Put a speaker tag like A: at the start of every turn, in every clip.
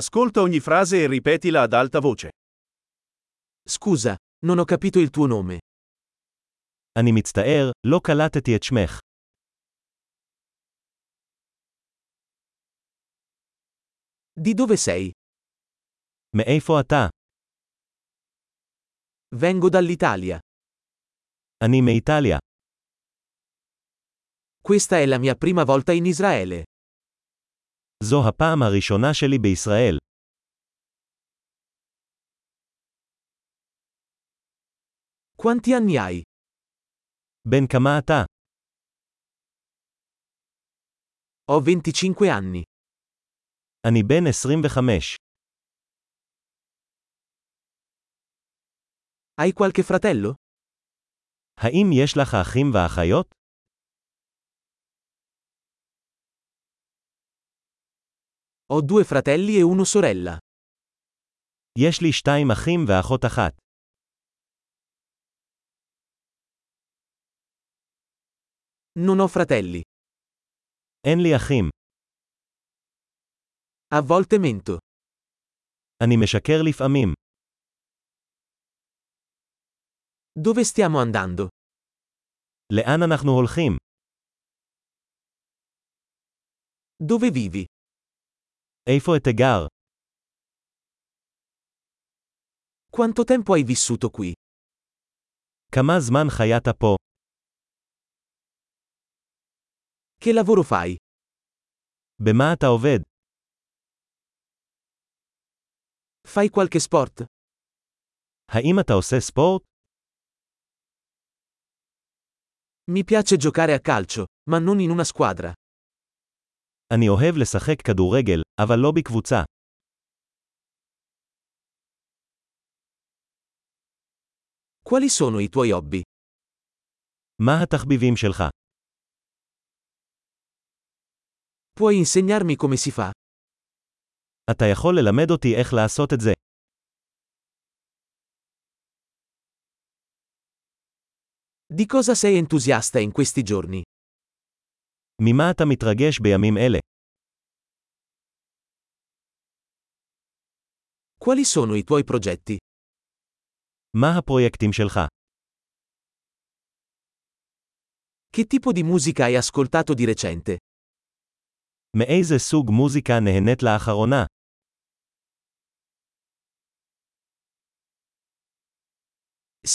A: Ascolta ogni frase e ripetila ad alta voce.
B: Scusa, non ho capito il tuo nome.
C: אני מצטער, לא קלטתי את שמך.
B: Di dove sei?
C: מאיפה אתה?
B: Vengo dall'Italia.
C: אני מאיטליה.
B: Questa è la mia prima volta in Israele.
C: זו הפעם הראשונה שלי בישראל.
B: Quanti anni hai?
C: בן כמה אתה?
B: Ho 25 anni.
C: אני בן 25.
B: Hai qualche fratello?
C: האם יש לך אחים ואחיות?
B: Ho due fratelli e una sorella.
C: יש לי שתיים אחים ואחות אחת.
B: Non ho fratelli.
C: אין לי אחים.
B: A volte mento.
C: אני משקר לפעמים.
B: Dove stiamo andando?
C: לאן אנחנו הולכים?
B: Dove vivi?
C: איפה אתה גר?
B: Quanto tempo hai vissuto qui?
C: כמה זמן חיית פה?
B: Che lavoro fai?
C: במה אתה עובד?
B: Fai qualche sport?
C: האם אתה עושה ספורט?
B: Mi piace giocare a calcio, ma non in una squadra.
C: אני אוהב לשחק כדורגל, אבל לא בקבוצה.
B: Quali sono i tuoi hobby?
C: מה התחביבים שלך?
B: Puoi insegnarmi come si fa?
C: אתה יכול ללמד אותי איך לעשות את זה.
B: Di cosa sei entusiasta in questi giorni?
C: ממה אתה מתרגש בימים אלה?
B: Quali sono i tuoi progetti?
C: מה הפרויקטים שלך?
B: Che tipo di musica hai ascoltato di recente?
C: מאיזה סוג מוזיקה נהנית לאחרונה?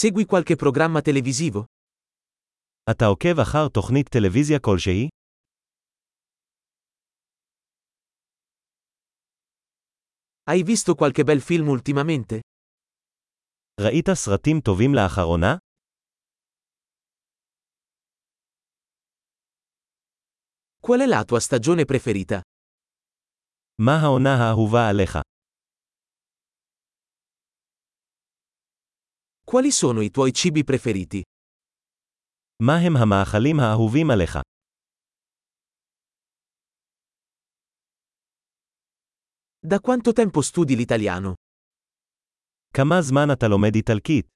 B: Segui qualche programma televisivo?
C: אתה עוקב אחר תוכנית טלוויזיה כלשהי?
B: Hai visto qualche bel film ultimamente?
C: ראית סרטים טובים לאחרונה?
B: Qual è la tua stagione preferita?
C: מה העונה האהובה עליך?
B: Quali sono i tuoi cibi preferiti?
C: מה הם המאכלים האהובים עליך?
B: Da quanto tempo studi l'italiano?
C: כמה זמן אתה לומד איטלקית?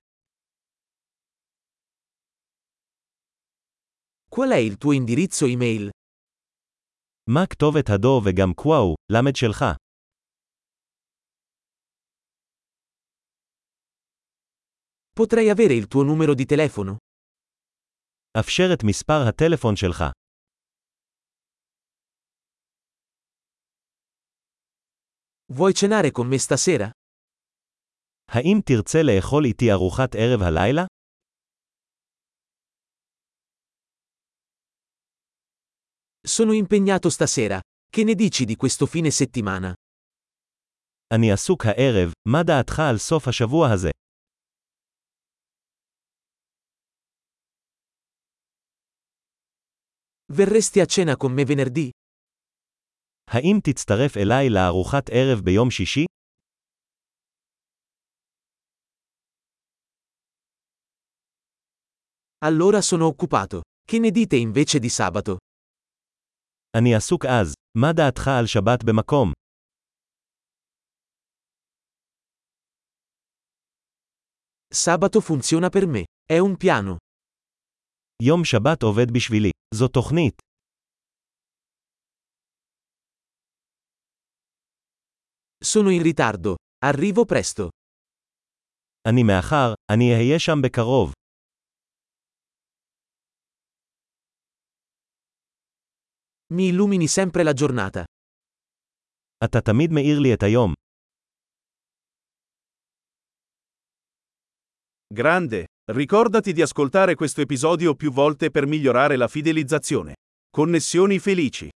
B: Qual è il tuo indirizzo email?
C: מה כתובת הדו וגם קוואו, למד שלך?
B: Potrei avere il tuo numero di telefono?
C: אפשר את מספר הטלפון שלך.
B: Vuoi cenare con me stasera?
C: האם תרצה לאכול איתי ארוחת ערב הלילה?
B: Sono impegnato stasera. Che ne dici di questo fine settimana?
C: אני עסוק הערב, מה דעתך על סוף השבוע הזה?
B: Verresti a cena con me venerdì?
C: האם תצטרף אליי לארוחת ערב ביום שישי?
B: Allora sono occupato. Che ne dite invece di sabato?
C: אני עסוק אז, מה דעתך על שבת במקום?
B: Sabato funziona per me. È un piano.
C: יום שבת עובד בשבילי, זו תוכנית.
D: Sono in ritardo. Arrivo presto.
C: אני מאחר, אני אהיה שם בקרוב.
D: Mi illumini sempre la giornata.
C: אתה תמיד מאיר לי את היום.
B: Grande! Ricordati di ascoltare questo episodio più volte per migliorare la fidelizzazione. Connessioni felici!